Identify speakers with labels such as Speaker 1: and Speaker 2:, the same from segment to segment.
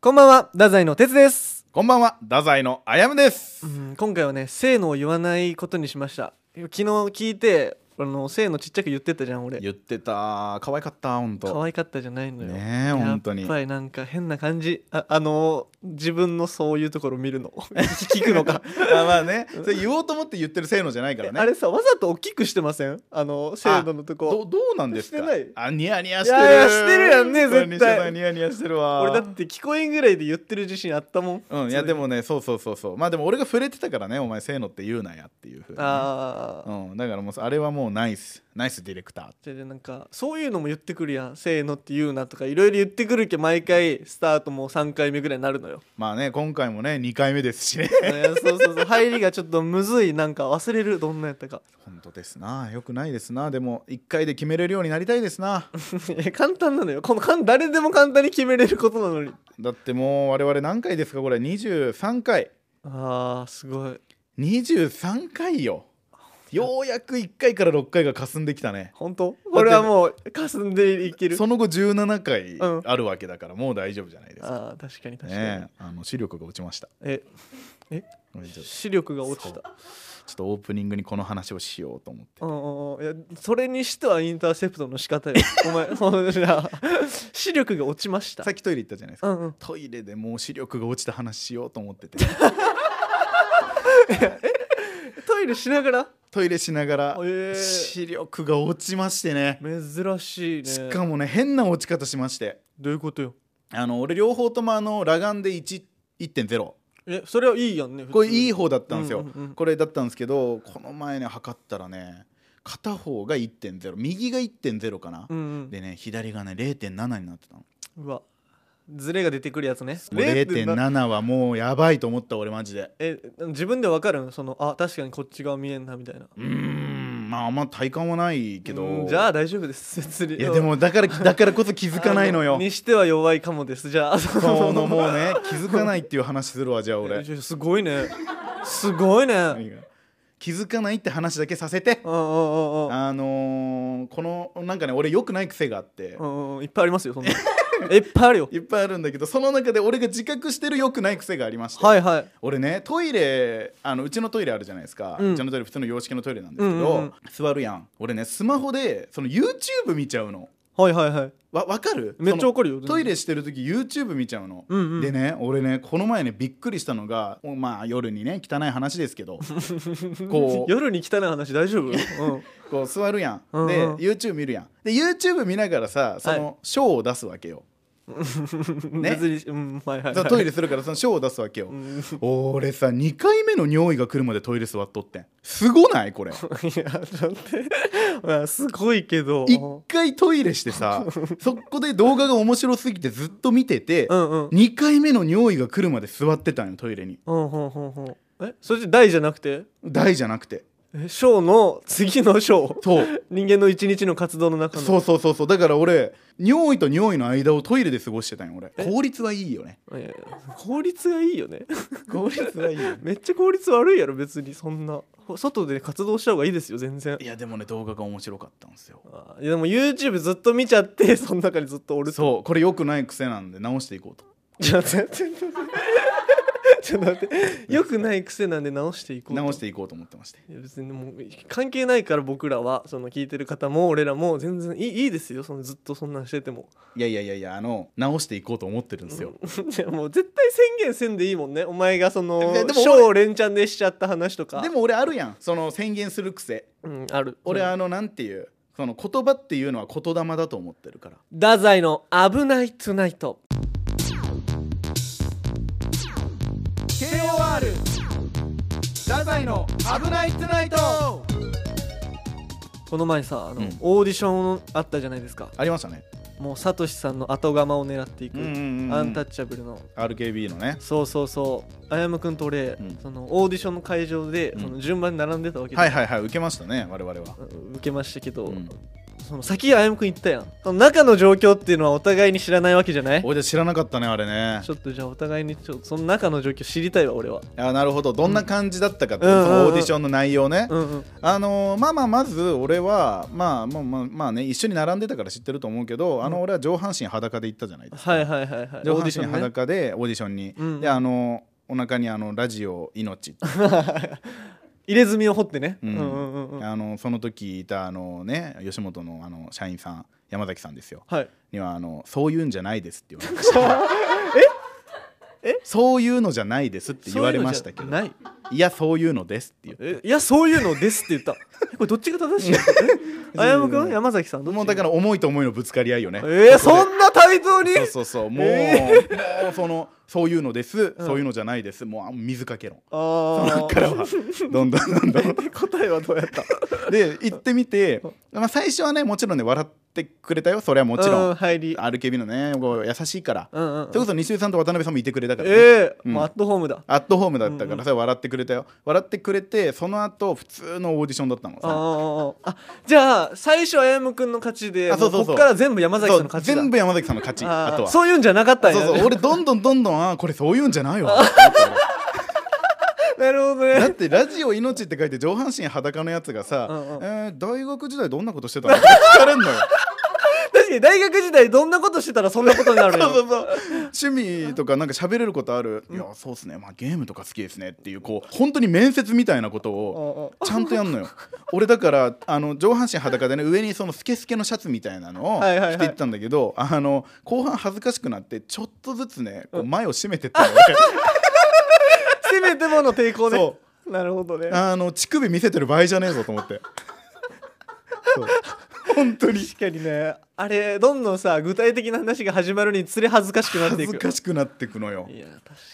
Speaker 1: こんばんは、太宰の哲です。
Speaker 2: こんばんは、太宰のあやむです
Speaker 1: う。ん、今回はね、性のを言わないことにしました。昨日聞いて、あの性のちっちゃく言ってたじゃん、俺。
Speaker 2: 言ってた、可愛かった、本
Speaker 1: 可
Speaker 2: 当。
Speaker 1: 愛かったじゃないのよ。
Speaker 2: ねえ本当に
Speaker 1: やっぱりなんか変な感じ。あ、あの自分のそういうところ見る の。聞くのか。
Speaker 2: あまあね、それ言おうと思って言ってるせいのじゃないからね。
Speaker 1: あれさ、わざと大きくしてませんあの、精度のと
Speaker 2: ど
Speaker 1: こ。
Speaker 2: どうなんですか
Speaker 1: してない
Speaker 2: あ、ニヤニヤしてる。
Speaker 1: いやいやしてるやんね絶対
Speaker 2: ニヤニヤニヤニヤしてるわ。
Speaker 1: 俺だって聞こえんぐらいで言ってる自信あったもん。
Speaker 2: うん、いやでもね、そうそうそうそう。まあでも俺が触れてたからね、お前せいのって言うなやっていうふうにね。
Speaker 1: ああ。
Speaker 2: うん、だからもうあれはもうナイス、ナイスディレクター。
Speaker 1: じゃあなんかそういうのも言ってくるやん「せーの」って言うなとかいろいろ言ってくるけ毎回スタートもう3回目ぐらいになるのよ
Speaker 2: まあね、今回もね、2回目で すしね。
Speaker 1: ねそうそうそう入りがちょっとむずいなんか忘れるどんなやった か
Speaker 2: 本当ですな、よくないですな。でも1回で決めれるようになりたいですな。
Speaker 1: いや簡単なのよこの簡誰でも簡単に決めれることなのに
Speaker 2: だってもう我々何回ですかこれ23回
Speaker 1: あーすごい
Speaker 2: 23回よようやく1回から6回が霞んできたね
Speaker 1: 本当これはもう霞んでいける
Speaker 2: その後17回
Speaker 1: うん
Speaker 2: あるわけだからもう大丈夫じゃないですか、
Speaker 1: あー確かに確かに、
Speaker 2: ねえ、あの視力が落ちました
Speaker 1: え
Speaker 2: ごめんちょっと
Speaker 1: 視力が落ちた
Speaker 2: ちょっとオープニングにこの話をしようと思って
Speaker 1: うんうんうんいやそれにしてはインターセプトの仕方よお 前そのじゃあ視力が落ちました
Speaker 2: さっきトイレ行ったじゃないです
Speaker 1: う
Speaker 2: か、
Speaker 1: んうん
Speaker 2: トイレでもう視力が落ちた話しようと思ってて
Speaker 1: トイレしながら
Speaker 2: トイレしながら
Speaker 1: えー
Speaker 2: 視力が落ちましてね
Speaker 1: 珍しいね
Speaker 2: しかもね変な落ち方しまして
Speaker 1: どういうことよ
Speaker 2: あの俺両方ともあの裸眼で1 1.0
Speaker 1: えそれはいいやんね
Speaker 2: これいい
Speaker 1: い
Speaker 2: 方だったんですよ、
Speaker 1: うんうんうん
Speaker 2: これだったんですけどこの前ね測ったらね片方が1.0右が1.0かな、
Speaker 1: うんうん
Speaker 2: でね左がね0.7になってたの
Speaker 1: うわズレが出てくるやつね0.7
Speaker 2: 0.7はもうやばいと思った俺マジで
Speaker 1: え自分でわかるんそのあ確かにこっち側見えんなみたいな
Speaker 2: うーんまああんま体感はないけ
Speaker 1: う
Speaker 2: ど
Speaker 1: んじゃあ大丈夫 です別に
Speaker 2: いやでもだからだからこそ気づかない の
Speaker 1: あ
Speaker 2: よ
Speaker 1: にしては弱いかもですじゃあそ
Speaker 2: そのも うね気づかないっていう話するわじゃあ俺
Speaker 1: いやすごいねすごい ねうんうん
Speaker 2: 気づかないって話だけさせて
Speaker 1: うんうん
Speaker 2: あのーこのなんかね俺良くない癖があって、
Speaker 1: うんうんいっぱいありますよそんないっぱいあるよ
Speaker 2: いっぱいあるんだけどその中で俺が自覚してる良くない癖がありまして、
Speaker 1: はいはい
Speaker 2: 俺ねトイレあのうちのトイレあるじゃないですか、
Speaker 1: う
Speaker 2: うんちのトイレ普通の洋式のトイレなんですけど、
Speaker 1: うんうんうん
Speaker 2: 座るやん俺ねスマホでその YouTube 見ちゃうの
Speaker 1: はいはいはい
Speaker 2: わわかる
Speaker 1: めっちゃ
Speaker 2: その
Speaker 1: 怒るよ
Speaker 2: トイレしてる時 YouTube 見ちゃうの、
Speaker 1: うんうん
Speaker 2: でね俺ねこの前ねびっくりしたのがおまあ夜にね汚い話です けどこう
Speaker 1: 夜に汚い話大丈夫、うん、
Speaker 2: こう座るやん、
Speaker 1: うんうん
Speaker 2: で YouTube 見るやんで YouTube 見ながらさそ
Speaker 1: は
Speaker 2: のショーを出す わけよ、ね
Speaker 1: 別に、うん、はいはい、
Speaker 2: そ
Speaker 1: は
Speaker 2: の
Speaker 1: い。
Speaker 2: トイレするからそのショーを出すわけよ、
Speaker 1: うん。い
Speaker 2: 俺さ2回目の尿意が来るまでトイレ座っとってんすごない これ
Speaker 1: や、ちょっと待って、 まあ、すごいけど。
Speaker 2: 1回トイレして さそこで動画が面白すぎてずっと見てて、
Speaker 1: うんうん。
Speaker 2: 2回目の尿意が来るまで座ってたんよトイレに
Speaker 1: うんうんうんうん。え、それじゃ大じゃなくて。
Speaker 2: 大じゃなくて
Speaker 1: え、ショーの次のショー。
Speaker 2: そう
Speaker 1: 人間の一日の活動の中の。
Speaker 2: そうそうそうそうだから俺尿意と尿意の間をトイレで過ごしてたんよ俺
Speaker 1: え
Speaker 2: 効率はいいよね
Speaker 1: いやいや効率がいいよね。
Speaker 2: 効率はいいよね
Speaker 1: めっちゃ効率悪いやろ、別に、そんな。ほ外で活動した方がいいですよ、全然
Speaker 2: い。やでもね動画が面白かったんですよ
Speaker 1: あーいや、でも YouTube ずっと見ちゃって、 その中にずっとおる。
Speaker 2: そうこれ良くない癖なんで直していこうと
Speaker 1: ちょっと待って、ちょっと待って ちょっと待って。よくない癖なんで直していこうと。
Speaker 2: 直していこうと思ってまして
Speaker 1: いや別にもう関係ないから僕らはその聞いてる方も俺らも全然いいいいですよそのずっとそんなんしてても
Speaker 2: いやいやいやいやあの直していこうと思ってるんですよ、
Speaker 1: いやもう絶対宣言せんでいいもんねお前がその
Speaker 2: いやでも俺
Speaker 1: 賞連チャンでしちゃった話とか
Speaker 2: でも俺あるやんその宣言する癖
Speaker 1: うんある
Speaker 2: 俺
Speaker 1: は
Speaker 2: あのなんていうその言葉っていうのは言霊だと思ってるから
Speaker 1: 太宰の「危ないトゥナイト
Speaker 2: KOR 太宰の「危ないトゥナイト」」
Speaker 1: この前さあの、
Speaker 2: うん
Speaker 1: オーディションあったじゃないですか
Speaker 2: ありましたね
Speaker 1: もうサトシさんの後釜を狙っていく、
Speaker 2: うんうんうん
Speaker 1: アンタッチャブルの
Speaker 2: RKB のね
Speaker 1: そうそうそうあやむくんと俺、
Speaker 2: うん
Speaker 1: そのオーディションの会場で、
Speaker 2: うん
Speaker 1: その順番に並んでたわけで
Speaker 2: はいはいはい受けましたね我々は、
Speaker 1: うん受けましたけど、
Speaker 2: うん
Speaker 1: その先歩夢君言ったやんその中の状況っていうのはお互いに知らないわけじゃない
Speaker 2: 俺じゃ知らなかったねあれね
Speaker 1: ちょっとじゃあお互いにちょっとその中の状況知りたいわ俺は
Speaker 2: あなるほどどんな感じだったかって、
Speaker 1: うんうんうん
Speaker 2: そのオーディションの内容ね、
Speaker 1: うんうん
Speaker 2: あのーまあまあまず俺はまあまあまあまあね一緒に並んでたから知ってると思うけど、あの俺は上半身裸で行ったじゃないですか、
Speaker 1: はいはいはいはいオ
Speaker 2: 上
Speaker 1: ー
Speaker 2: 半
Speaker 1: ディシ
Speaker 2: 身
Speaker 1: ョンね
Speaker 2: 裸でオーディションに、
Speaker 1: うんうん
Speaker 2: であのーお腹にあのラジオ命って、
Speaker 1: 入れ墨を掘ってね
Speaker 2: う
Speaker 1: うんんうんうんうん
Speaker 2: あのその時いたあのね吉本のあの社員さん山崎さんですよ
Speaker 1: はい
Speaker 2: にはあのそういうんじゃないですって言われました ええそういうのじゃないですって言われましたけ
Speaker 1: そ
Speaker 2: ど
Speaker 1: ういうのじゃない
Speaker 2: やそういうのですって言って
Speaker 1: いえいやそういうのですって言ったえこれどっちが正しいのえ綾山君山崎さんどっち
Speaker 2: もうだから思いと思いのぶつかり合いよね
Speaker 1: えー、そんな対等に
Speaker 2: そうそうそうもう,、もうそのそういうのです、
Speaker 1: うん
Speaker 2: そういうのじゃないですもうあ水かけろ
Speaker 1: あ
Speaker 2: そっからはどんどんどんどん
Speaker 1: あ答えはどうやった
Speaker 2: で行ってみて、まあ、最初はねもちろんね笑ってくれたよそれはもちろ
Speaker 1: うん入り
Speaker 2: RKB のねこう優しいから、
Speaker 1: うんうんうん
Speaker 2: それこそ西尾さんと渡辺さんもいてくれたから、ね
Speaker 1: ええ
Speaker 2: うん
Speaker 1: もうアットホームだ
Speaker 2: アットホームだったか
Speaker 1: うんう
Speaker 2: らさ笑ってくれたよ笑ってくれてその後普通のオーディションだったの
Speaker 1: あ
Speaker 2: さ
Speaker 1: ーあじゃあ最初あやむくんの勝ちで
Speaker 2: あそうそうそう
Speaker 1: もこっから全部山崎さんの勝ちだ
Speaker 2: 全部山崎さんの勝ち
Speaker 1: あー
Speaker 2: あとは
Speaker 1: そういうんじゃなかったんや
Speaker 2: そうそう俺どんどんどんどんあーこれそういうんじゃないわ
Speaker 1: なるほど
Speaker 2: だっ
Speaker 1: ね
Speaker 2: てラジオ命って書いて上半身裸のやつがさ、
Speaker 1: うんうん
Speaker 2: えー大学時代どんなことしてたのって聞かれんのよ
Speaker 1: 確かに大学時代どんなことしてたらそんなことになる
Speaker 2: そう
Speaker 1: よ
Speaker 2: そうそう趣味とかなんか喋れることある、いやそうっすねまあゲームとか好きですねっていうこう本当に面接みたいなことをちゃんとやんのよ俺だからあの上半身裸でね上にそのスケスケのシャツみたいなのを
Speaker 1: はいはいはい
Speaker 2: 着ていったんだけど、あの後半恥ずかしくなってちょっとずつねこう前を締めてったのよ
Speaker 1: せめてもの抵抗ね
Speaker 2: そ
Speaker 1: なるほどね
Speaker 2: あの乳首見せてる場合じゃねえぞと思ってそう本当に
Speaker 1: 確かにねあれどんどんさ具体的な話が始まるにつれ恥ずかしくなって
Speaker 2: 恥
Speaker 1: いく
Speaker 2: ずかしくなってくのよ
Speaker 1: いや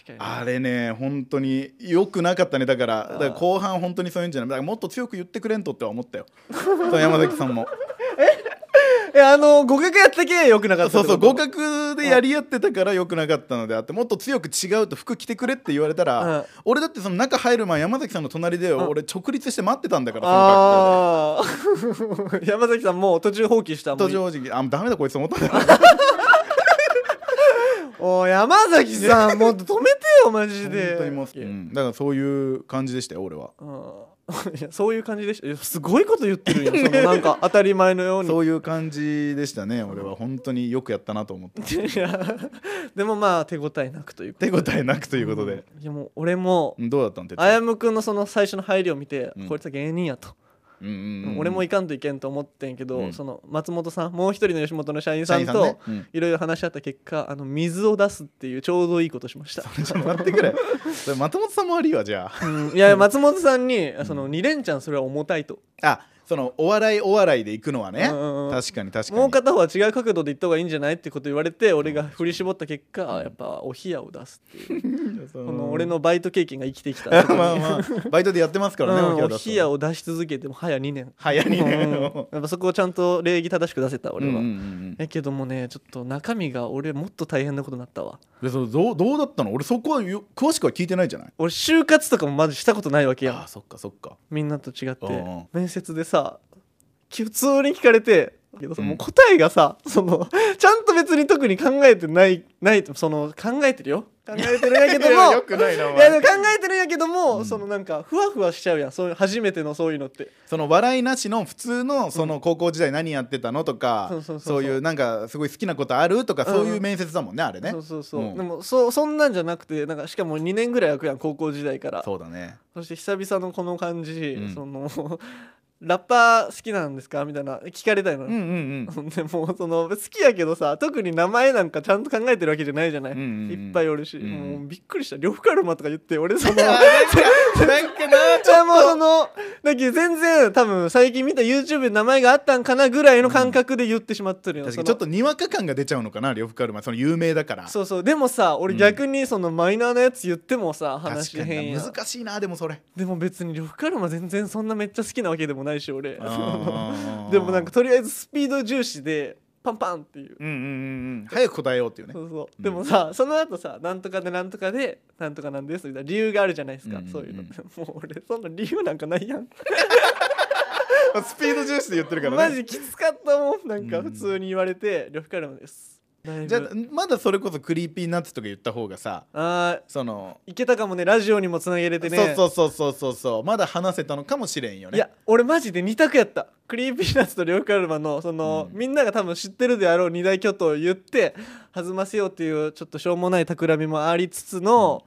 Speaker 1: 確かに
Speaker 2: あれね本当に良くなかったねだからだから後半本当にそういうんじゃないだからもっと強く言ってくれんとっては思ったよそう山崎さ んも
Speaker 1: えあの合格やったけよくなかった
Speaker 2: そ
Speaker 1: っ
Speaker 2: う
Speaker 1: て
Speaker 2: そう
Speaker 1: こと
Speaker 2: 合格でやり合ってたから良くなかったのであってもっと強く違うと服着てくれって言われたら、
Speaker 1: うん
Speaker 2: 俺だってその中入る前山崎さんの隣で
Speaker 1: ん
Speaker 2: 俺直立して待ってたんだからその格好で。
Speaker 1: ああ 山崎さんもう途中放棄したも
Speaker 2: 途
Speaker 1: う
Speaker 2: 中正直あダメだこいつ思ったんだ
Speaker 1: おい山崎さんもっと止めてよマジで
Speaker 2: 本当にもう、うんだからそういう感じでしたよ俺は
Speaker 1: うんいやそういう感じでしたいやすごいこと言ってるやんそのなんか当たり前のように
Speaker 2: そういう感じでしたね俺は本当によくやったなと思って
Speaker 1: いやでもまあ手応えなくというか
Speaker 2: 手応えなくということで、
Speaker 1: いやもう俺も
Speaker 2: うんどうだったのてつ
Speaker 1: あやむくんのその最初の入りを見て、
Speaker 2: うん
Speaker 1: こいつは芸人やと、
Speaker 2: うんうんうん
Speaker 1: 俺もいかんといけんと思ってんけど、
Speaker 2: うん
Speaker 1: その松本さんもう一人の吉本の社員さ
Speaker 2: 社
Speaker 1: ん
Speaker 2: 員さん
Speaker 1: と
Speaker 2: ね うん
Speaker 1: いろいろ話し合った結果あの水を出すっていうちょうどいいことしま した
Speaker 2: ちょっと待ってくれそれ松本さんも悪いわじゃあ
Speaker 1: うんいや松本さんにその2連チャンそれは重たいと
Speaker 2: あそのお笑いお笑いで行くのはね
Speaker 1: うんうんうん
Speaker 2: 確かに確かに
Speaker 1: もう片方は違う角度で言った方がいいんじゃないってこと言われて俺が振り絞った結果やっぱお冷やを出すっていう
Speaker 2: そ
Speaker 1: この俺
Speaker 2: の
Speaker 1: のバイト経験が生きてきた
Speaker 2: まあまあバイトでやってますからね
Speaker 1: うんお
Speaker 2: お部屋出す
Speaker 1: 冷やを出し続けても早2年
Speaker 2: 早いね
Speaker 1: うんやっぱそこをちゃんと礼儀正しく出せた俺
Speaker 2: うんうんう
Speaker 1: は
Speaker 2: ん
Speaker 1: えけどもねちょっと中身が俺もっと大変なことになったわ
Speaker 2: でそのどうどうだったの俺そこはよ詳しくは聞いてないじゃない
Speaker 1: 俺就活とかもまずしたことないわけ
Speaker 2: あ
Speaker 1: や
Speaker 2: ーそっかそっか
Speaker 1: みんなと違って
Speaker 2: うんうん
Speaker 1: 面接でさ普通に聞かれてけどさ
Speaker 2: うん
Speaker 1: もう答えがさそのちゃんと別に特に考えてないないその考えてるよ考えてるんやけど
Speaker 2: いや
Speaker 1: も
Speaker 2: よくないなお
Speaker 1: いやで
Speaker 2: 前
Speaker 1: も考えてるんやけども、そのなんかふわふわしちゃうやんそういう初めてのそういうのって
Speaker 2: その笑いなしの普通のその高校時代何やってたのと
Speaker 1: そう
Speaker 2: か
Speaker 1: そうそうそう
Speaker 2: そういうなんかすごい好きなことあるとか
Speaker 1: うん
Speaker 2: そういう面接だもんねあれね
Speaker 1: そうそうそう、
Speaker 2: うん
Speaker 1: でもそうそんなんじゃなくてなんかしかも2年ぐらい空くやん高校時代からそ
Speaker 2: そうだね
Speaker 1: して久々のこの感じ、
Speaker 2: うん
Speaker 1: その ラッパー好きなんですかみたいな聞かれたいの、
Speaker 2: うんうん
Speaker 1: ほんでもうその好きやけどさ特に名前なんかちゃんと考えてるわけじゃないじゃない、
Speaker 2: うんうんうん
Speaker 1: いっぱいおるし、
Speaker 2: うんうん
Speaker 1: もうびっくりした呂布カルマとか言って俺 その
Speaker 2: あ
Speaker 1: い
Speaker 2: うんなんかな
Speaker 1: やもうそのだけど全然多分最近見た YouTube に名前があったんかなぐらいの感覚で言ってしまってるよ、
Speaker 2: 確
Speaker 1: その
Speaker 2: かにちょっとにわか感が出ちゃうのかな呂布カルマその有名だから
Speaker 1: そうそうでもさ俺
Speaker 2: うん
Speaker 1: 逆にそのマイナーなやつ言ってもさ、話
Speaker 2: 確か
Speaker 1: 変
Speaker 2: に
Speaker 1: や
Speaker 2: なん難しいなで もそれ
Speaker 1: でも別に呂布カルマ全然そんなめっちゃ好きなわけでもないし俺で
Speaker 2: で
Speaker 1: もなんかとりあえずスピード重視でパンパンっていう
Speaker 2: うんうんうんうん早く答えようっていうね
Speaker 1: そうそう、
Speaker 2: うん
Speaker 1: でもさその後さなんとかでなんとかでなんとかなんですみた いな理由があるじゃないですか、
Speaker 2: うんうんうん
Speaker 1: そういうのもう俺そんな理由なんかないやん
Speaker 2: スピード重視で言ってるからね
Speaker 1: マジきつかったもんなん
Speaker 2: う
Speaker 1: か
Speaker 2: ん
Speaker 1: 普通に言われて「呂布カルマです」だいぶ
Speaker 2: じゃあまだそれこそクリーピーナッツとか言った方がさ
Speaker 1: あー
Speaker 2: その、
Speaker 1: いけたかもねラジオにもつなげれてね
Speaker 2: そうそうそうそうそうそうまだ話せたのかもしれんよね
Speaker 1: いや俺マジで2択やったクリーピーナッツと呂布カルマのその、
Speaker 2: うん
Speaker 1: みんなが多分知ってるであろう二大巨頭を言って弾ませようっていうちょっとしょうもない企みもありつつの、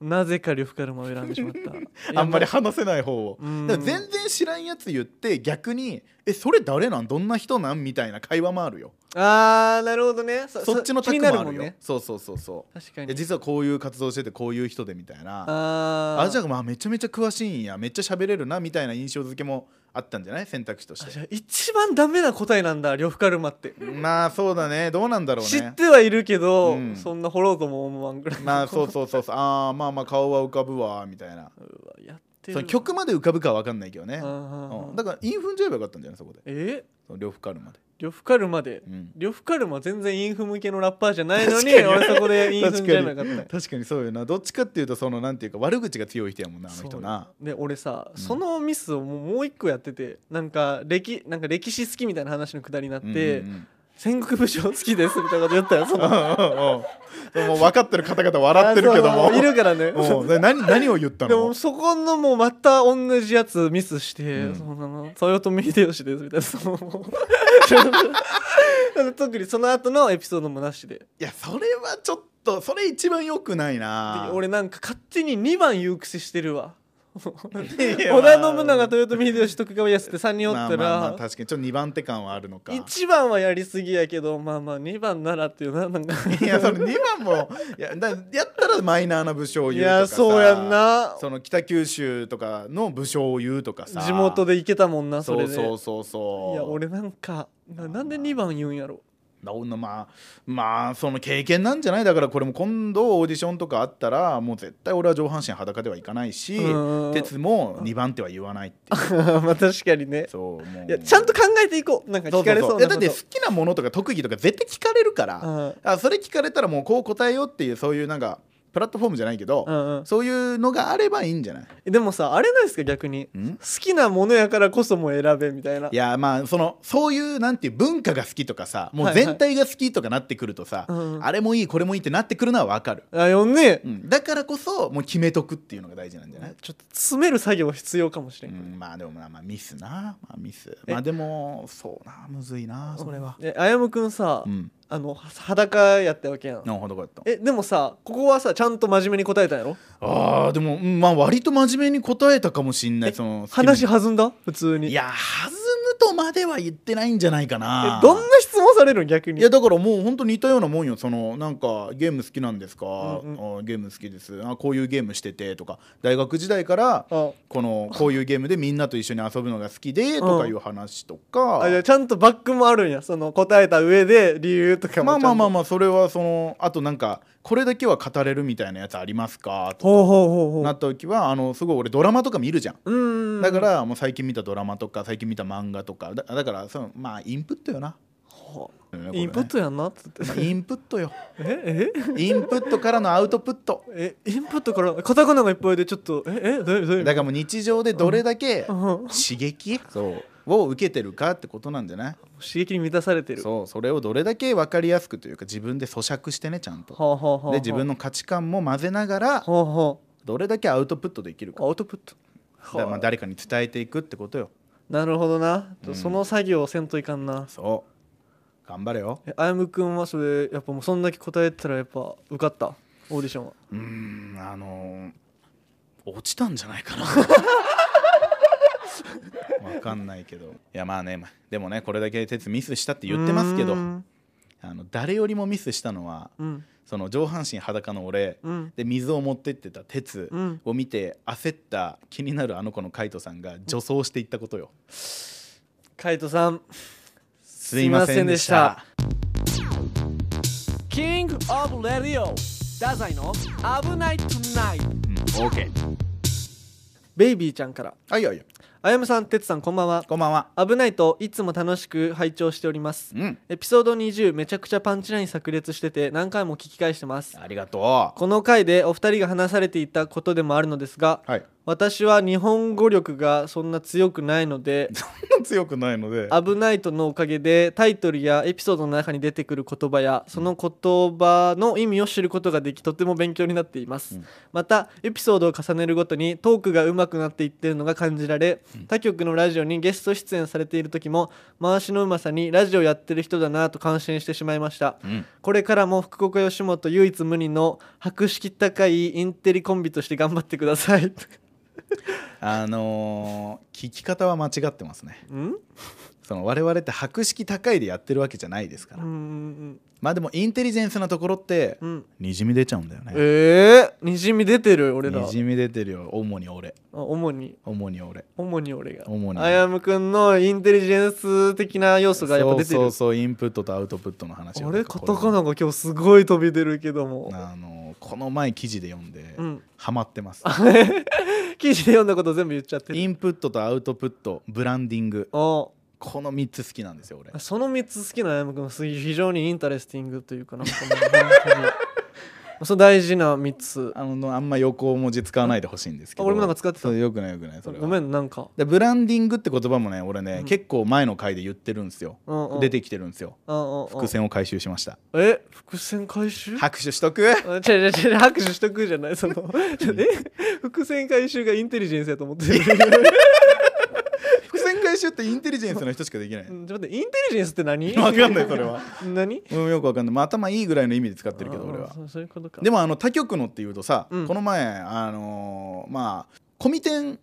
Speaker 1: なぜか呂布カルマを選んでしまった
Speaker 2: あんまり話せない方を
Speaker 1: うん
Speaker 2: だから全然知らんやつ言って逆に「えそれ誰なんどんな人なん?」みたいな会話もあるよ
Speaker 1: あーなるほどねそ
Speaker 2: そっちの
Speaker 1: 気
Speaker 2: タ
Speaker 1: に
Speaker 2: ク
Speaker 1: なる
Speaker 2: もあ
Speaker 1: も
Speaker 2: る
Speaker 1: ん
Speaker 2: よ
Speaker 1: ね
Speaker 2: そうそうそうそう
Speaker 1: 確か
Speaker 2: いや
Speaker 1: に
Speaker 2: 実はこういう活動しててこういう人でみたいな
Speaker 1: あー
Speaker 2: あじゃあまあめちゃめちゃ詳しいんやめっちゃ喋れるなみたいな印象付けもあったんじゃない選択肢とし
Speaker 1: あじ
Speaker 2: て
Speaker 1: ゃあ一番ダメな答えなんだ呂布カルマって、
Speaker 2: まあそうだねどうなんだろう
Speaker 1: 知っ
Speaker 2: ね
Speaker 1: てはいるけど、
Speaker 2: うん
Speaker 1: そんな掘ろうとも思わんぐらい
Speaker 2: まあそうそうそうそうああまあまあ顔は浮かぶわみたいな
Speaker 1: うわやってる
Speaker 2: その曲まで浮かぶかは分かんないけどね
Speaker 1: うんうんうん
Speaker 2: うんだからインフンじゃえばよかったんじゃないそこで
Speaker 1: え
Speaker 2: その呂布カルマで
Speaker 1: 呂布カルマで
Speaker 2: うん
Speaker 1: 呂布カルマ全然インフ向けのラッパーじゃないのに
Speaker 2: 確かに
Speaker 1: 俺そこでインフ
Speaker 2: 確
Speaker 1: ン
Speaker 2: か
Speaker 1: じゃ
Speaker 2: に
Speaker 1: なかった
Speaker 2: 確かにそうよなどっちかっていうとそのなんていうか悪口が強い人やもんなあの人な
Speaker 1: そうで俺さ、
Speaker 2: うん
Speaker 1: そのミスをもうもう一個やっててなんか歴なんか歴史好きみたいな話のくだりになって、
Speaker 2: うんうんうん
Speaker 1: 戦国武将好きですみたいなこと言ったよその
Speaker 2: うんうん もう分かってる方々 笑ってるけど
Speaker 1: あ
Speaker 2: も
Speaker 1: そういるからね
Speaker 2: うんで何何を言った
Speaker 1: でも
Speaker 2: の
Speaker 1: そこのもうまた同じやつミスして、
Speaker 2: うん
Speaker 1: そのあの豊臣秀吉ですみたい な そのもう特にその後のエピソードもなしで
Speaker 2: いやそれはちょっとそれ一番よくないな
Speaker 1: で俺なんか勝手に2番言う癖してるわ
Speaker 2: いや
Speaker 1: 織田信長豊臣秀吉徳川家康って3人おっ
Speaker 2: まあ
Speaker 1: た
Speaker 2: まあまあ
Speaker 1: ら
Speaker 2: 確かにちょっと2番手感はあるのかい
Speaker 1: 1番はやりすぎやけどまあまあ2番ならっていうななんか
Speaker 2: やその2番もいやだやったらマイナーな武将を
Speaker 1: い
Speaker 2: 言うとかさ
Speaker 1: やそうやんな
Speaker 2: その北九州とかの武将を言うとかさ
Speaker 1: 地元で行けたもんなそ
Speaker 2: そ
Speaker 1: れ
Speaker 2: う
Speaker 1: で
Speaker 2: そうそうそう
Speaker 1: い
Speaker 2: い
Speaker 1: や俺なんかななんで2番言うんやろ
Speaker 2: まあまあその経験なんじゃないだからこれも今度オーディションとかあったらもう絶対俺は上半身裸ではいかないし
Speaker 1: うん
Speaker 2: 鉄も2番手は言わないっていう
Speaker 1: まあ確かにね
Speaker 2: そうもう
Speaker 1: いやちゃんと考えていこうなんか
Speaker 2: そう
Speaker 1: 聞
Speaker 2: そ
Speaker 1: か
Speaker 2: う
Speaker 1: れ
Speaker 2: そ
Speaker 1: そうう
Speaker 2: いや
Speaker 1: な
Speaker 2: だ
Speaker 1: こ
Speaker 2: っ
Speaker 1: と
Speaker 2: て好きなものとか特技とか絶対聞かれるから、
Speaker 1: うん
Speaker 2: あそれ聞かれたらもうこう答えようっていうそういうなんかプラットフォームじゃないけど、
Speaker 1: うん
Speaker 2: そういうのがあればいいんじゃない
Speaker 1: うん、でもさあれないですか逆に好
Speaker 2: ん
Speaker 1: きなものやからこそもう選べみたいない
Speaker 2: やまあそのそういうなんていう文化が好きとかさもう全体が好きとかなってくるとさ、
Speaker 1: はいはいうん
Speaker 2: あれもいいこれもいいってなってくるのは分かる、
Speaker 1: あよね
Speaker 2: うん、だからこそもう決めとくっていうのが大事なんじゃない、
Speaker 1: ちょっと詰める作業必要かもしれ、
Speaker 2: うんん、まあでもまあまあミスな、まあ、ミス
Speaker 1: え
Speaker 2: まあでもそうなむずいなそれは
Speaker 1: えあやむくんさ、
Speaker 2: うん
Speaker 1: あの裸やったわけやん、
Speaker 2: なるほどこうやった
Speaker 1: えでもさここはさちゃんと真面目に答えたんやろ
Speaker 2: あーでもうんまあ割と真面目に答えたかもしんな
Speaker 1: え
Speaker 2: いその
Speaker 1: 話弾んだ普通に
Speaker 2: いや弾むとまでは言ってないんじゃないか
Speaker 1: え
Speaker 2: な
Speaker 1: どんな質問されるん逆に
Speaker 2: いやだからもうほんと似たようなもんよそのなんかゲーム好きなんですか、
Speaker 1: うんう
Speaker 2: あゲーム好きですあこういうゲームしててとか大学時代から
Speaker 1: あ
Speaker 2: このこういうゲームでみんなと一緒に遊ぶのが好きでとかいう話とか、
Speaker 1: あじゃあちゃんとバックもあるんやその答えた上で理由とかも
Speaker 2: まあ
Speaker 1: ちゃんと
Speaker 2: まあまあまあそれはそのあとなんかこれだけは語れるみたいなやつありますかと
Speaker 1: ほうほうほうほう
Speaker 2: なった時はあのすごい俺ドラマとか見るじゃん
Speaker 1: うん
Speaker 2: だからもう最近見たドラマとか最近見た漫画とかだだからそのまあインプットよな、
Speaker 1: ほう
Speaker 2: うん
Speaker 1: インプットやんなっつ って
Speaker 2: これねまあインプットよ
Speaker 1: ええ
Speaker 2: インプットからのアウトプット
Speaker 1: えインプットからカタカナがいっぱいでちょっとええどういうどういう
Speaker 2: だからもう日常でどれだけ
Speaker 1: うん
Speaker 2: 刺激そうを受けてるかってことなんじゃない
Speaker 1: 刺激に満たされてる
Speaker 2: そうそれをどれだけ分かりやすくというか自分で咀嚼してねちゃんと
Speaker 1: はあはあはあはあ
Speaker 2: で自分の価値観も混ぜながら
Speaker 1: はあは
Speaker 2: どれだけアウトプットできる
Speaker 1: あ
Speaker 2: か
Speaker 1: アウトプット
Speaker 2: だからまあ
Speaker 1: はあ
Speaker 2: 誰かに伝えていくってことよ
Speaker 1: なるほどな
Speaker 2: うん
Speaker 1: その作業をせんといかんな
Speaker 2: そう頑張れよ
Speaker 1: えあやむくんはそれやっぱもうそんだけ答えてたらやっぱ受かったオーディションは
Speaker 2: うーんあのー落ちたんじゃないかなわかんないけどいやまあねまあでもねこれだけ鉄ミスしたって言ってますけど
Speaker 1: うん
Speaker 2: あの誰よりもミスしたのは
Speaker 1: うん
Speaker 2: その上半身裸の俺
Speaker 1: うん
Speaker 2: で水を持ってってた鉄
Speaker 1: うん
Speaker 2: を見て焦った気になるあの子のカイトさんが女装していったことよ
Speaker 1: カイトさん
Speaker 2: す
Speaker 1: いませんでしたキングオブレディオダザイの危ないトゥナイト
Speaker 2: うん OK
Speaker 1: ベイビーちゃんから
Speaker 2: あいやいや
Speaker 1: あやむさんてつさんこんばんは
Speaker 2: こんばんは
Speaker 1: 危ないといつも楽しく拝聴しております
Speaker 2: うん
Speaker 1: エピソード20めちゃくちゃパンチライン炸裂してて何回も聞き返してます
Speaker 2: ありがと
Speaker 1: この回でお二人が話されていたことでもあるのですが
Speaker 2: うはい
Speaker 1: 私は日本語力がそんな強くないので
Speaker 2: 強くないので
Speaker 1: 「危ないと」のおかげでタイトルやエピソードの中に出てくる言葉やその言葉の意味を知ることができとても勉強になっています、
Speaker 2: うん
Speaker 1: またエピソードを重ねるごとにトークが上手くなっていってるのが感じられ、他局のラジオにゲスト出演されている時も回しのうまさにラジオやってる人だなと感心してしまいました、
Speaker 2: うん
Speaker 1: これからも福岡吉本唯一無二の博識高いインテリコンビとして頑張ってくださいん
Speaker 2: あのー聞き方は間違ってますねその我々って博識高いでやってるわけじゃないですか
Speaker 1: う
Speaker 2: ら、
Speaker 1: ん
Speaker 2: まあでもインテリジェンスなところって
Speaker 1: うん
Speaker 2: にじみ出ちゃうんだよね
Speaker 1: えー、にじみ出てる俺ら
Speaker 2: にじみ出てるよ主に俺
Speaker 1: あ主に
Speaker 2: 主に俺
Speaker 1: 主に俺が
Speaker 2: 主に
Speaker 1: あやむくんのインテリジェンス的な要素がやっぱ出て
Speaker 2: そうそ
Speaker 1: る
Speaker 2: うそうインプットとアウトプットの話よ
Speaker 1: あれ
Speaker 2: なんか
Speaker 1: カ
Speaker 2: こ
Speaker 1: タカナが今日すごい飛び出るけども、
Speaker 2: あのーこの前記事で読んで、
Speaker 1: うん、
Speaker 2: ハマってます
Speaker 1: 記事で読んだこと全部言っちゃってる
Speaker 2: インプットとアウトプットブランディング
Speaker 1: あ
Speaker 2: この3つ好きなんですよ俺
Speaker 1: その3つ好きなあやむくんはす非常にインタレスティングというかなんかもう本 当にそう大事な3つ
Speaker 2: あのあんま横文字使わないでほしいんですけど
Speaker 1: あ俺もなんか使ってた
Speaker 2: そうよくないよくないそれは
Speaker 1: ごめんなんか、
Speaker 2: でブランディングって言葉もね俺ね、
Speaker 1: うん
Speaker 2: 結構前の回で言ってるんですよ、
Speaker 1: うんうん、
Speaker 2: 出てきてるんですよ
Speaker 1: うんうんうん
Speaker 2: 伏線を回収しました
Speaker 1: え伏線回収
Speaker 2: 拍手しとく
Speaker 1: あ違う違う違う拍手しとくじゃないそのえ伏線回収がインテリジェンスやと思ってる
Speaker 2: 伏線回収ってインテリジェンスの人しかできない
Speaker 1: うんちょっと待ってインテリジェンスって何
Speaker 2: わかんないそれは
Speaker 1: 何
Speaker 2: うんよくわかんない、まあ、頭いいぐらいの意味で使ってるけど
Speaker 1: あー
Speaker 2: 俺は
Speaker 1: そうそういうことか
Speaker 2: で
Speaker 1: も
Speaker 2: もあの他局のっていうとさ、
Speaker 1: うん
Speaker 2: この前あのーまあコミテン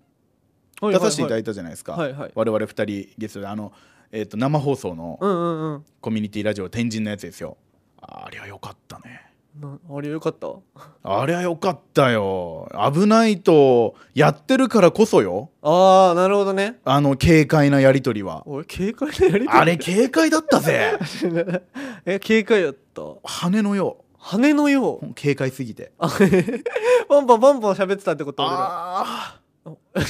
Speaker 2: 出させていただいたじゃないですか、
Speaker 1: はいはい
Speaker 2: 我々2人ゲストであの、えー、と生放送の
Speaker 1: うんうんうん
Speaker 2: コミュニティラジオ天神のやつですよあれはよかったね
Speaker 1: なあれよかった
Speaker 2: あれはよかったよ危ないとやってるからこそよ
Speaker 1: ああなるほどね
Speaker 2: あの軽快なやり取りは
Speaker 1: 俺警戒でやりたい
Speaker 2: あれ軽快だったぜ
Speaker 1: え警戒やった
Speaker 2: 羽のよ
Speaker 1: 羽のよう
Speaker 2: う軽快すぎて
Speaker 1: あ へへへポンポンポンポン喋ってたってこと俺ら
Speaker 2: あー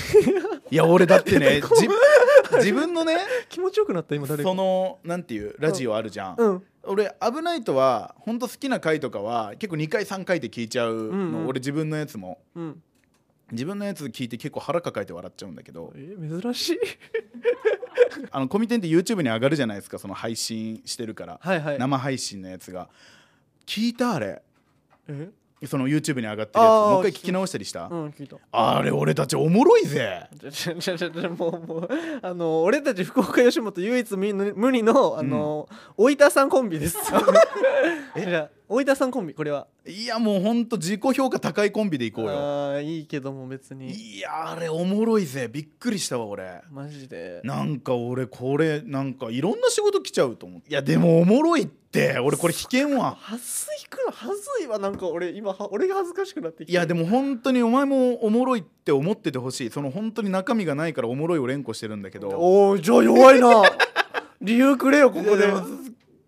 Speaker 2: いや俺だって ねじ自分のね
Speaker 1: 気持ちよくなった今誰か
Speaker 2: そのなんていうラジオあるじゃん、
Speaker 1: うん
Speaker 2: 俺「危ないとは本当好きな回とかは結構2回3回で聞いちゃうの、
Speaker 1: うんうん
Speaker 2: 俺自分のやつも
Speaker 1: うん
Speaker 2: 自分のやつ聞いて結構腹抱えて笑っちゃうんだけど
Speaker 1: え珍しい
Speaker 2: あのコミテンって YouTube に上がるじゃないですかその配信してるから、
Speaker 1: はいはい
Speaker 2: 生配信のやつが聞いたあれ
Speaker 1: え
Speaker 2: その YouTube に上がってるやつ
Speaker 1: あー
Speaker 2: もう一回聞き直したりした、
Speaker 1: うん聞いた
Speaker 2: あれ俺たちおもろいぜ
Speaker 1: じゃじゃじゃじゃじゃもうもうあの俺たち福岡吉本唯一無二無二のあのおいたさんコンビです
Speaker 2: え
Speaker 1: じゃあおいたさんコンビこれはい
Speaker 2: やもうほんと自己評価高いコンビでいこうよ
Speaker 1: ああいいけども別に
Speaker 2: いやあれおもろいぜびっくりしたわ俺
Speaker 1: マジで
Speaker 2: なんか俺これなんかいろんな仕事来ちゃうと思ういやでもおもろいって俺これ危険は
Speaker 1: はずいくらはずいはなんか俺今は俺が恥ずかしくなってきて
Speaker 2: いやでも本当にお前もおもろいって思っててほしいその本当に中身がないからおもろいを連呼してるんだけど
Speaker 1: おおじゃあ弱い な理由くれよここ
Speaker 2: い
Speaker 1: で
Speaker 2: やで
Speaker 1: は
Speaker 2: も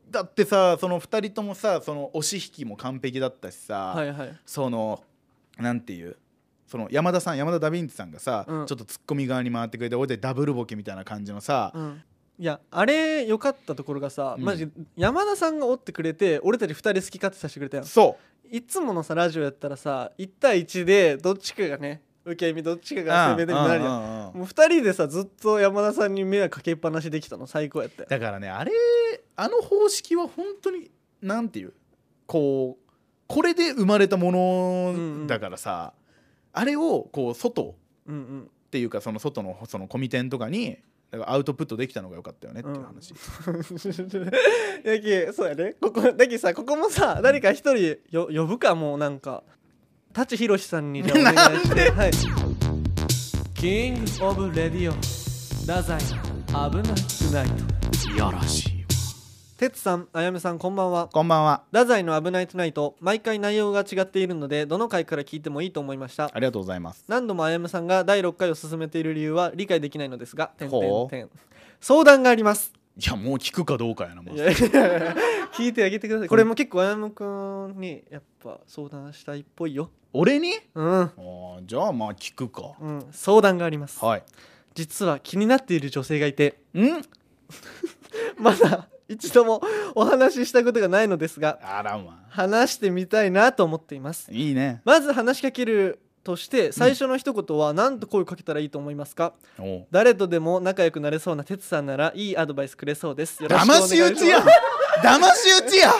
Speaker 2: だってさその2人ともさその押し引きも完璧だったしさ、
Speaker 1: いはい
Speaker 2: そのなんていうその山田さん山田ダ・ヴィンチさんがさ、
Speaker 1: うん
Speaker 2: ちょっとツッコミ側に回ってくれて俺でダブルボケみたいな感じのさ、
Speaker 1: うんいやあれ良かったところがさ、
Speaker 2: うん
Speaker 1: マジ山田さんがおってくれて俺たち2人好き勝手させてくれたやん
Speaker 2: そう
Speaker 1: いつものさラジオやったらさ1対1でどっちかがね受け身どっちかが攻めてみたいになるやん
Speaker 2: うんうんうんうん
Speaker 1: もう2人でさずっと山田さんに迷惑かけっぱなしできたの最高やったよ
Speaker 2: だからねあれあの方式は本当になんていうこうこれで生まれたも
Speaker 1: んう
Speaker 2: の
Speaker 1: ん
Speaker 2: だからさ、あれをこう外
Speaker 1: うんうん
Speaker 2: っていうかその外のそのコミテンとかにだからアウトプットできたのが良かったよねっていう話、
Speaker 1: だけそうやねここだけさここもさ誰か一人よ呼ぶかもうなんか舘ひろしさんにじゃあお願い してはいキングオブレディオ太宰危なくないと
Speaker 2: いやらしいわ
Speaker 1: 哲さんあやめさんこんばんは
Speaker 2: こんばんは
Speaker 1: 太宰の「危ないトゥナイト」毎回内容が違っているのでどの回から聞いてもいいと思いました
Speaker 2: ありがとうございます
Speaker 1: 何度もあやむさんが第6回を進めている理由は理解できないのですが点
Speaker 2: ほ
Speaker 1: 々
Speaker 2: う
Speaker 1: 点相談があります
Speaker 2: いやもう聞くかどうかやなもう
Speaker 1: いやいやいや 聞いてあげてくださいこれも結構あやむくんにやっぱ相談したいっぽいよ
Speaker 2: 俺に
Speaker 1: うん
Speaker 2: あーじゃあまあ聞くか
Speaker 1: うん相談があります
Speaker 2: はい
Speaker 1: 実は気になっている女性がいて
Speaker 2: ん
Speaker 1: まだ一度もお話ししたことがないのですが
Speaker 2: あらま
Speaker 1: 話してみたいなと思っています
Speaker 2: あいいね
Speaker 1: まず話しかけるとして最初の一言は何と声をかけたらいいと思いますか、
Speaker 2: おう
Speaker 1: 誰とでも仲良くなれそうな哲さんならいいアドバイスくれそうですよろしくお願い
Speaker 2: 騙
Speaker 1: し
Speaker 2: し
Speaker 1: ます
Speaker 2: 討ちや騙し討ちや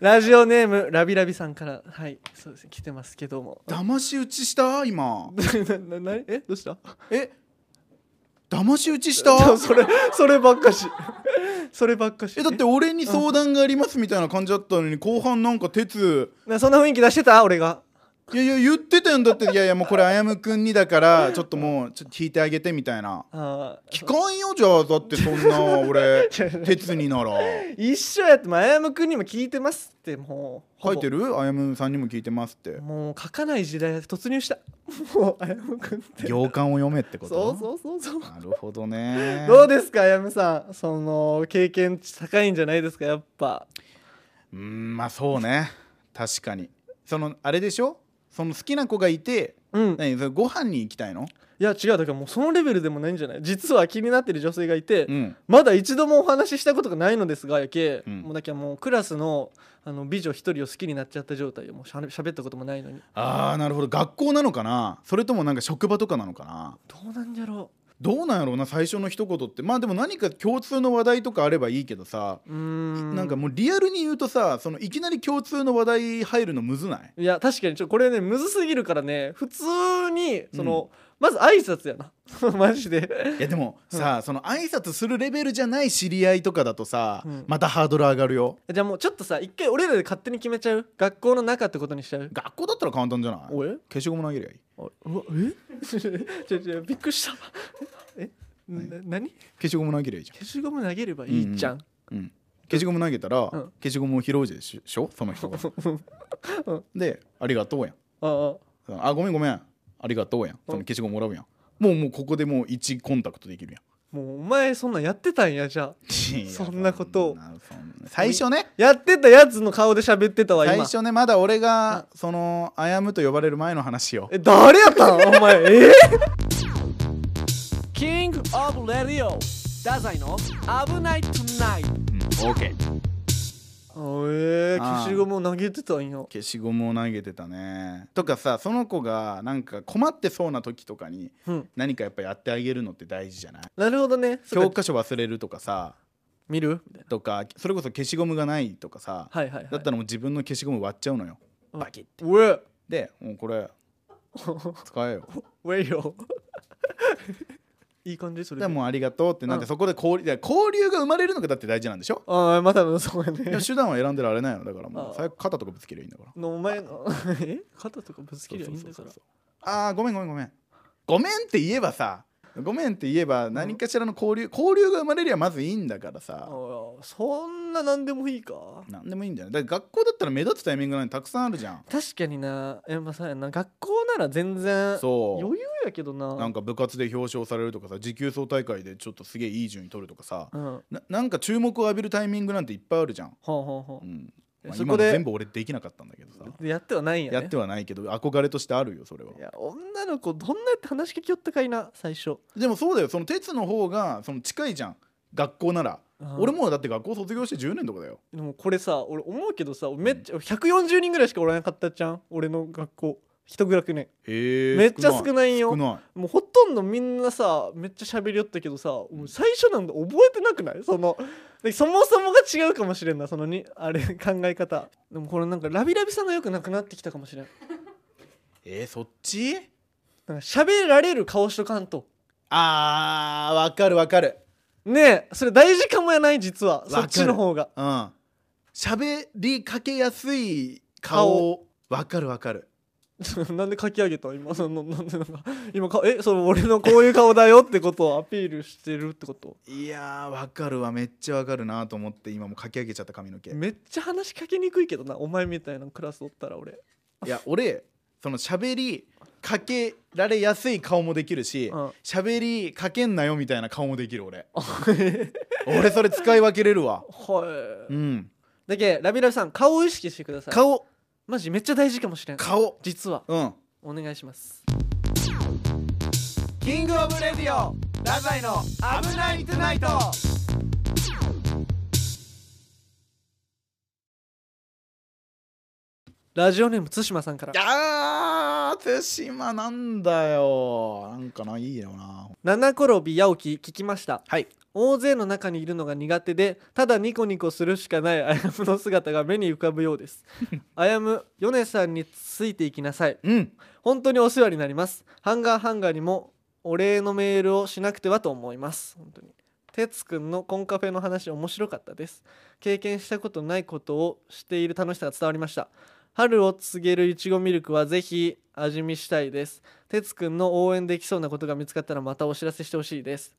Speaker 1: ラジオネームラビラビさんからはいそうですね来てますけども
Speaker 2: 騙し討ちした今
Speaker 1: なななえどうした
Speaker 2: え騙し討ちし
Speaker 1: でも
Speaker 2: た
Speaker 1: それそればっかし そればっかし
Speaker 2: えだって俺に相談がありますみたいな感じだったのに後半なんか鉄
Speaker 1: なそんな雰囲気出してた俺が
Speaker 2: いやいや言ってたんだっていやいやもうこれあやむくんにだからちょっともうちょっと聞いてあげてみたいな
Speaker 1: あー
Speaker 2: 聞かんよじゃあだってそんな俺
Speaker 1: 違う違う
Speaker 2: 鉄になら
Speaker 1: 一緒やってもあやむくんにも聞いてますってもう
Speaker 2: 書いて
Speaker 1: る
Speaker 2: るあやむさんにも聞いてますって
Speaker 1: もう書かない時代突入したもうあやむくんって
Speaker 2: 行間を読めってこと
Speaker 1: そうそうそうそう
Speaker 2: なるほど ね
Speaker 1: どうですかあやむさんその経験値高いんじゃないですかやっぱ
Speaker 2: うーんまあそうね確かにそのあれでしょその好きな子がいて
Speaker 1: うん
Speaker 2: 何それご飯に行きたいの
Speaker 1: いや違うだからもうそのレベルでもないんじゃない実は気になってる女性がいて、
Speaker 2: うん
Speaker 1: まだ一度もお話ししたことがないのですがやけ、
Speaker 2: うん
Speaker 1: もうだけどもうクラスのあの美女一人を好きになっちゃった状態よもうしゃべったこともないのに
Speaker 2: あーなるほど学校なのかなそれともなんか職場とかなのかな
Speaker 1: どうなんじゃろ
Speaker 2: どうなんやろうな最初の一言ってまあでも何か共通の話題とかあればいいけどさ、
Speaker 1: ううーん
Speaker 2: なんかもうリアルに言うとさそのいきなり共通の話題入るのむずない
Speaker 1: いや確かにちょこれねむずすぎるからね普通にその、まず挨拶やな マジで
Speaker 2: いやでもさ、その挨拶するレベルじゃない知り合いとかだとさ、
Speaker 1: うん
Speaker 2: またハードル上がるよ
Speaker 1: じゃあもうちょっとさ一回俺らで勝手に決めちゃう学校の中ってことにしちゃう
Speaker 2: 学校だったら簡単じゃない
Speaker 1: おえ
Speaker 2: 消しゴム投げりゃいい
Speaker 1: あうわえちょちょちょびっくりしたえな何
Speaker 2: 消しゴム投げりゃいいじゃん
Speaker 1: 消しゴム投げればいいじゃん、
Speaker 2: うん、消しゴム投げたら、
Speaker 1: ん
Speaker 2: 消しゴムを拾うでしょその人が、で「ありがとう」やん
Speaker 1: あ
Speaker 2: 「あごめんごめんありがとう」やんその消しゴムもらうやんもうもうここでもう1コンタクトできるやん
Speaker 1: あもうお前そんなんやってたんやじゃあ そんなことを
Speaker 2: いやそんなそんな最初ね
Speaker 1: やってたやつの顔で喋ってたわ今
Speaker 2: 最初ねまだ俺がそのあやむと呼ばれる前の話よ
Speaker 1: え誰やったんお前えキングオブレディオダザイの危ないトゥナイト
Speaker 2: オーケー
Speaker 1: えー、
Speaker 2: あー
Speaker 1: 消しゴムを投げてたんや
Speaker 2: 消しゴムを投げてたねとかさその子がなんか困ってそうな時とかに
Speaker 1: うん
Speaker 2: 何かやっぱやってあげるのって大事じゃない
Speaker 1: なるほどね
Speaker 2: 教
Speaker 1: そうか
Speaker 2: 科書忘れるとかさ
Speaker 1: 見るみたい
Speaker 2: とかそれこそ消しゴムがないとかさ、
Speaker 1: なはいはいはい
Speaker 2: だったらもう自分の消しゴム割っちゃうのよ
Speaker 1: バ
Speaker 2: キッ
Speaker 1: てうえ
Speaker 2: でもうこれ使 えよ
Speaker 1: ウェイよいい感じそれ
Speaker 2: で
Speaker 1: で
Speaker 2: もうありがとうってなっ
Speaker 1: う
Speaker 2: て
Speaker 1: ん
Speaker 2: そこで交流で交流が生まれるのがだって大事なんで しょ
Speaker 1: ああまたのそうや
Speaker 2: い
Speaker 1: ね
Speaker 2: や手段は選んでられないのだからも
Speaker 1: あ
Speaker 2: う
Speaker 1: あ
Speaker 2: 最悪肩とかぶつけりゃいいんだから
Speaker 1: のお前のえ肩とかぶつけりゃいいんだか
Speaker 2: そう
Speaker 1: ら
Speaker 2: そうそうそうあーごめんごめんごめんごめんって言えばさごめんって言えば何かしらの交流交流が生まれりゃまずいいんだから
Speaker 1: あ
Speaker 2: さ
Speaker 1: ーそんな何でもいいか
Speaker 2: 何でもいいんじゃないだって学校だったら目立つタイミングなんてたくさんあるじゃん
Speaker 1: 確かになえまあそうやな学校なら全然
Speaker 2: そう
Speaker 1: 余裕やけどな
Speaker 2: なんか部活で表彰されるとかさ持久走大会でちょっとすげえいい順位取るとかさ
Speaker 1: うんは
Speaker 2: ななんか注目を浴びるタイミングなんていっぱいあるじゃん、
Speaker 1: あはあは
Speaker 2: うん
Speaker 1: え
Speaker 2: まあ、
Speaker 1: そ
Speaker 2: 今
Speaker 1: こ
Speaker 2: の
Speaker 1: で
Speaker 2: 全部俺できなかったんだけどさ
Speaker 1: あやってはないんやね
Speaker 2: やってはないけど憧れとしてあるよそれはい
Speaker 1: や女の子どんなやって話聞きよったかいな最初
Speaker 2: でもそうだよその鉄の方がその近いじゃん学校なら
Speaker 1: うん
Speaker 2: 俺もうだって学校卒業して10年とかだよ
Speaker 1: でもこれさ俺思うけどさめっちゃ140人ぐらいしかおらなかったじゃん俺の学校一グラクね
Speaker 2: へえ
Speaker 1: めっちゃ少ないんよ
Speaker 2: 少ない
Speaker 1: もうほとんどみんなさめっちゃ喋りよったけどさもう最初なんて覚えてなくないそのでそもそもが違うかもしれんなそのにあれ 考え方でもこれなんかラビラビさんがよくなくなってきたかもしれん
Speaker 2: えー、そっち
Speaker 1: なんか喋られる顔しとかんと
Speaker 2: あーわかるわかる
Speaker 1: ねえそれ大事かもやない実は
Speaker 2: る
Speaker 1: そっちの方が
Speaker 2: うん喋りかけやすい顔わかるわかる
Speaker 1: なんで書き上げた今そのなんでなんか今かえその俺のこういう顔だよってことをアピールしてるってこと
Speaker 2: いやーわかるわめっちゃわかるなと思って今もうかき上げちゃった髪の毛
Speaker 1: めっちゃ話しかけにくいけどなお前みたいなクラスおったら 俺
Speaker 2: いや俺その喋りかけられやすい顔もできるし
Speaker 1: うん
Speaker 2: 喋、りかけんなよみたいな顔もできる俺俺それ使い分けれるわ
Speaker 1: は
Speaker 2: う
Speaker 1: い
Speaker 2: ん
Speaker 1: だけラビラビさん顔を意識してください
Speaker 2: 顔
Speaker 1: マジめっちゃ大事かもしれん
Speaker 2: 顔
Speaker 1: 実は
Speaker 2: うん
Speaker 1: お願いします
Speaker 2: キングオブレディオラザイの危ないトゥナイト
Speaker 1: ラジオネーム対馬さんから
Speaker 2: あー手島なんだよなんかないいよな
Speaker 1: 七転び八起き聞きました
Speaker 2: はい
Speaker 1: 大勢の中にいるのが苦手でただニコニコするしかないあやむの姿が目に浮かぶようです あやむ米さんについていきなさい
Speaker 2: うん
Speaker 1: 本当にお世話になりますハンガーハンガーにもお礼のメールをしなくてはと思います本当に哲くんのコンカフェの話面白かったです経験したことないことをしている楽しさが伝わりました春を告げるいちごミルクはぜひ味見したいです哲くんの応援できそうなことが見つかったらまたお知らせしてほしいです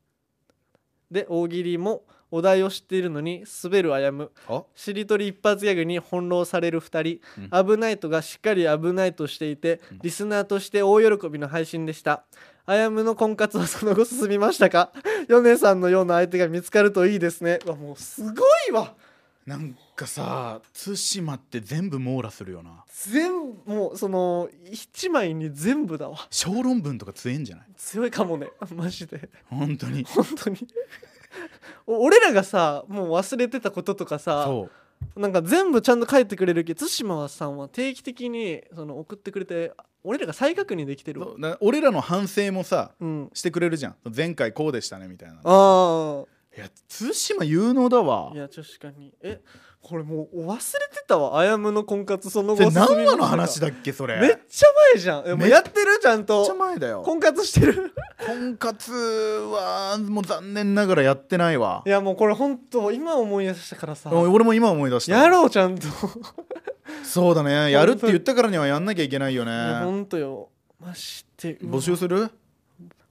Speaker 1: で大喜利もお題を知っているのに滑るあやむ
Speaker 2: あ
Speaker 1: しりとり一発ギャグに翻弄される2人、危ないとがしっかり危ないとしていて、リスナーとして大喜びの配信でしたあやむの婚活はその後進みましたか米さんのような相手が見つかるといいですねうわもうすごいわ
Speaker 2: なんかさ対馬って全部網羅するよな
Speaker 1: 全部もうその一枚に全部だわ
Speaker 2: 小論文とか強えんじゃない
Speaker 1: 強いかもねマジで
Speaker 2: 本当に
Speaker 1: 本当にお俺らがさもう忘れてたこととかさ
Speaker 2: そう
Speaker 1: なんか全部ちゃんと書いてくれるけど対馬さんは定期的にその送ってくれて俺らが再確認できてるわ
Speaker 2: そうな俺らの反省もさ
Speaker 1: うん
Speaker 2: してくれるじゃん前回こうでしたねみたいな
Speaker 1: あ
Speaker 2: いや対馬有能だわ
Speaker 1: あいや確かにえこれもう忘れてたわあやむの婚活その
Speaker 2: そ
Speaker 1: 後
Speaker 2: れ何話の
Speaker 1: 進
Speaker 2: 話
Speaker 1: みました
Speaker 2: だっけそれ
Speaker 1: かめっちゃ前じゃんえもうやってるちゃん
Speaker 2: めっちゃ
Speaker 1: と
Speaker 2: 前だよ
Speaker 1: 婚活してる
Speaker 2: 婚活はもう残念ながらやってないわ
Speaker 1: いやもうこれ本当今思い出したからさ
Speaker 2: 俺も今思い出した
Speaker 1: やろうちゃんとい
Speaker 2: そうだねやるって言ったからにはやんなきゃいけないよ
Speaker 1: や
Speaker 2: ね
Speaker 1: ほんとよましてうわ
Speaker 2: 募集する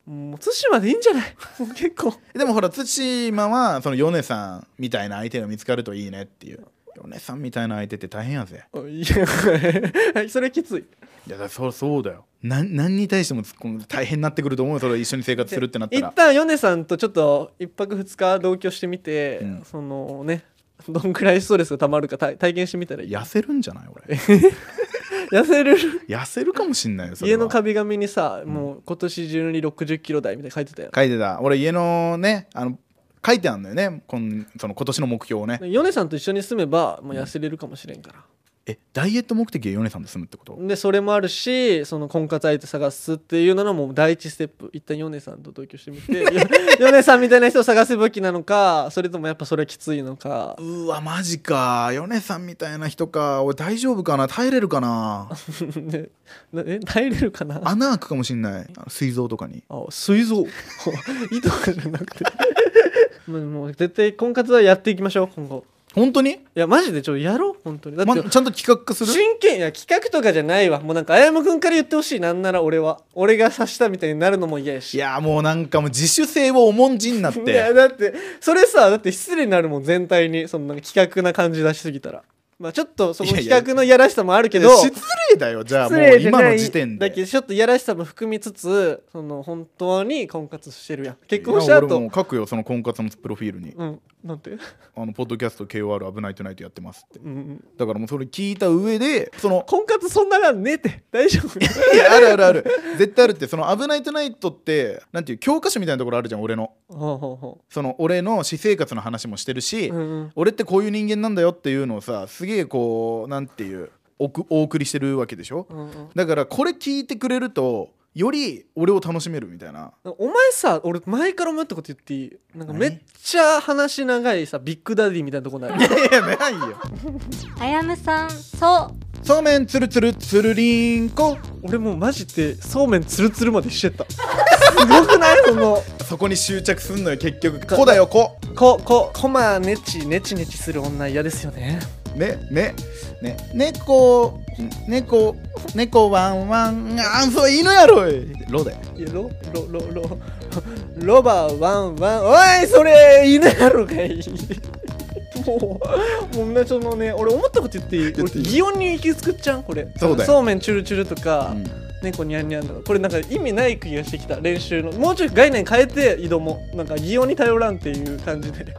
Speaker 1: もう対馬でいいんじゃない もう結構
Speaker 2: でもほら対馬はその米さんみたいな相手が見つかるといいねっていう米さんみたいな相手って大変やぜ
Speaker 1: いや それきつい
Speaker 2: いやだそうそうだよなん何に対してもこの大変になってくると思うよそれ一緒に生活するってなった
Speaker 1: 一
Speaker 2: ら
Speaker 1: 旦ヨネさんとちょっと一泊二日同居してみて、
Speaker 2: うん
Speaker 1: そのねどんくらいストレスがたまるか体体験してみたらいい
Speaker 2: 痩せるんじゃない俺
Speaker 1: 痩せる
Speaker 2: 痩せるかもしんないよそれは
Speaker 1: 家の壁紙にさもう今年中に6 0キロ台みたいなの書いて たよ
Speaker 2: 書いてた俺家のねあの書いてあんのよねこんその今年の目標をね
Speaker 1: ヨネさんと一緒に住めばもう痩せれるかもしれんから、
Speaker 2: えダイエット目的で米さんと住むってこと
Speaker 1: でそれもあるしその婚活相手探すっていうののもう第一ステップ一旦ヨネさんと同居してみ てヨネさんみたいな人を探すべきなのかそれともやっぱそれはきついのか
Speaker 2: うわマジか米さんみたいな人か俺大丈夫かな耐えれるか な
Speaker 1: ねなえ耐えれるかな
Speaker 2: 穴開くかもしんないあの膵臓とかに
Speaker 1: あ、水 臓いいとかじゃなくて もうもう絶対婚活はやっていきましょう今後
Speaker 2: 本当に、
Speaker 1: いやマジでちょっとやろう本当にだって、
Speaker 2: ま、ちゃんと企画化する
Speaker 1: 真剣いや企画とかじゃないわもうなんかあやむくんから言ってほしいなんなら俺は俺が刺したみたいになるのも嫌や
Speaker 2: い
Speaker 1: し
Speaker 2: やもうなんかもう自主性を重んじになっ
Speaker 1: いや
Speaker 2: て
Speaker 1: だってそれさだって失礼になるもん全体にそんな企画な感じ出しすぎたらまあちょっとその
Speaker 2: いやい
Speaker 1: 企画
Speaker 2: や
Speaker 1: のいやらしさもあるけど
Speaker 2: 失礼だよじゃあもう今の時点
Speaker 1: だけ
Speaker 2: で
Speaker 1: どちょっといやらしさも含みつつその本当に婚活してるやん結婚し
Speaker 2: い
Speaker 1: た
Speaker 2: や俺
Speaker 1: 後
Speaker 2: もう書くよその婚活のプロフィールに
Speaker 1: うんなんて
Speaker 2: 「あのポッドキャスト KOR 危ないトゥナイトやってます」って
Speaker 1: うんうん
Speaker 2: だからもうそれ聞いた上でその
Speaker 1: 婚活そんながんねえって大丈夫
Speaker 2: いやあるあるある絶対あるってその「危ないトゥナイト」ってなんていう教科書みたいなところあるじゃん俺の
Speaker 1: ほうほうほ
Speaker 2: その俺の私生活の話もしてるし、
Speaker 1: う、うんうん、
Speaker 2: 俺ってこういう人間なんだよっていうのをさすげえこうなんていうおくお送りしてるわけでしょ
Speaker 1: うんうん
Speaker 2: だからこれ聞いてくれるとより俺を楽しめるみたいな
Speaker 1: お前さ俺前から思ったこと言っていいなんかめっちゃ話長いさビッグダディみたいなとこ ない
Speaker 2: いやいやないよ
Speaker 3: あやむさん、そう。
Speaker 2: そうめんつるつるつるりんこ
Speaker 1: 俺もうマジでそうめんつるつるまでしてったすごくないその
Speaker 2: そこに執着すんのよ結局こだよこ
Speaker 1: こここまねちねちねちする女嫌ですよね
Speaker 2: ねねね猫猫猫ワンワンあんそう犬やろいロだよ
Speaker 1: いやロロロロ ロバワンワンおいそれ犬やろかいもうもうなそのね俺思ったこと言っていい
Speaker 2: 言っていい
Speaker 1: 俺擬音に行き着くっちゃんこれ
Speaker 2: そうだよ
Speaker 1: めんチュルチュルとか、
Speaker 2: うん
Speaker 1: 猫ニャンニャンとかこれなんか意味ない気がしてきた練習のもうちょい概念変えて移動もなんか擬音に頼らんっていう感じで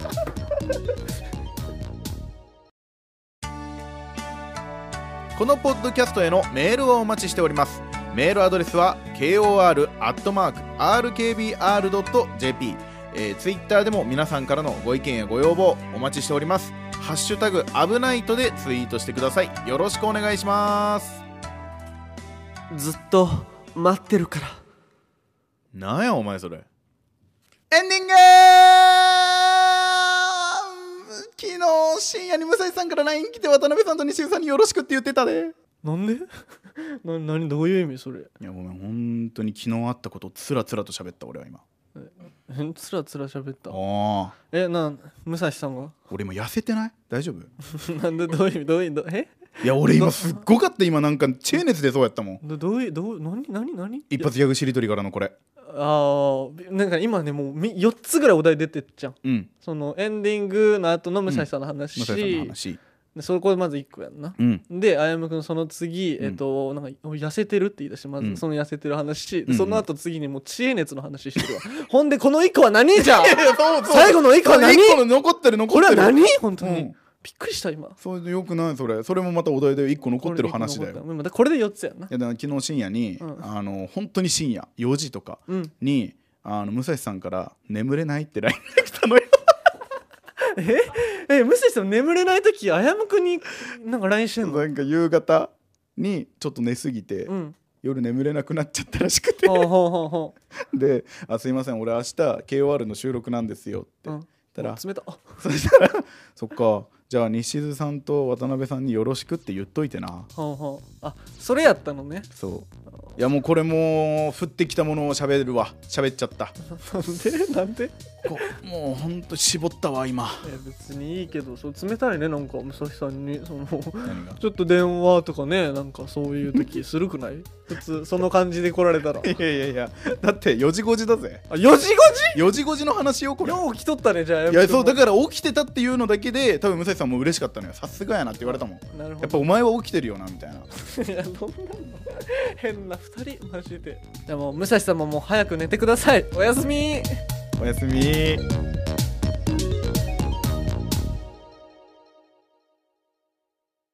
Speaker 2: このポッドキャストへのメールをお待ちしておりますメールアドレスは kor.rkbr.jp えー、ツイッターでも皆さんからのご意見やご要望お待ちしております「ハッシュタグ危ないとでツイートしてくださいよろしくお願いします
Speaker 1: ずっと待ってるから
Speaker 2: なんやお前それエンディング昨日深夜に武蔵さんから LINE 来て渡辺さんと西尾さんによろしくって言ってたで
Speaker 1: なんで な何どういう意味それ
Speaker 2: いやごめん本当に昨日あったことをつらつらと喋った俺は今
Speaker 1: えつらつら喋った
Speaker 2: ああ
Speaker 1: えなん武蔵さんが
Speaker 2: 俺今痩せてない大丈夫
Speaker 1: なんでどういう意味どういうどえ
Speaker 2: いや俺今すっごかった今なんかチェーネスでそうやったもん
Speaker 1: どどういうどう何何何
Speaker 2: 一発ギャグしりとりからのこれ
Speaker 1: ああなんか今ねもうみ4つぐらいお題出てっじゃん
Speaker 2: うん
Speaker 1: そのエンディングの後の武蔵さんの話、
Speaker 2: 武蔵さんの話
Speaker 1: でそこでまず1個やんな、
Speaker 2: うん
Speaker 1: であやむくんその次、
Speaker 2: うん
Speaker 1: えっとなんかお痩せてるって言い出してまず、
Speaker 2: うん
Speaker 1: その痩せてる話、
Speaker 2: ん
Speaker 1: その後次にもう知恵熱の話してるわほんでこの1個は何 じゃん
Speaker 2: そうそう
Speaker 1: 最後の1個は何
Speaker 2: 一個の残ってる残
Speaker 1: こ
Speaker 2: っ
Speaker 1: れ
Speaker 2: て
Speaker 1: は
Speaker 2: る
Speaker 1: 何本当に、
Speaker 2: うん
Speaker 1: びっくりした今
Speaker 2: それでよくないそれそれもまたお題で一個残ってる話だよい
Speaker 1: これで一個残ったまだこれで4つやんな
Speaker 2: やだから昨日深夜に、
Speaker 1: うん
Speaker 2: あの本当に深夜4時とか
Speaker 1: うん
Speaker 2: に、あの武蔵さんから「眠れない?」って LINE が来たのよ
Speaker 1: ええ無視しても眠れない時あやむくんになんか LINE してんの
Speaker 2: なんか夕方にちょっと寝すぎて、
Speaker 1: うん
Speaker 2: 夜眠れなくなっちゃったらしくて
Speaker 1: ほうほうほうほ
Speaker 2: で「あすいません俺明日 KOR の収録なんですよ」って
Speaker 1: う、う
Speaker 2: 言っ
Speaker 1: ん、
Speaker 2: たら、
Speaker 1: お冷たあ
Speaker 2: そしたら「そっかじゃあ西津さんと渡辺さんによろしくって言っといてな
Speaker 1: ほうほうあそれやったのね」
Speaker 2: そういやもうこれもう降ってきたものを喋るわ喋っちゃった
Speaker 1: なんでなんで
Speaker 2: こもうほんと絞ったわ今
Speaker 1: いや別にいいけどそう冷たいねなんか武蔵さんにそ のち
Speaker 2: 何が
Speaker 1: ょっと電話とかねなんかそういう時するくない 普通その感じで来られたら
Speaker 2: いやいやいやだって4時5時だぜ
Speaker 1: あ4時5時
Speaker 2: 4時5時の話よこれ
Speaker 1: よう来とったねじゃあ
Speaker 2: いやそうだ
Speaker 1: ら
Speaker 2: から起きてたっていうのだけで多分武蔵さんも嬉しかったのよさすがやなって言われたもんや
Speaker 1: なるほ
Speaker 2: っぱ
Speaker 1: ど
Speaker 2: お前は起きてるよなみたいない
Speaker 1: やどんな変な2人マジでじゃあもう武蔵さんももう早く寝てくださいおやすみ
Speaker 2: おやすみ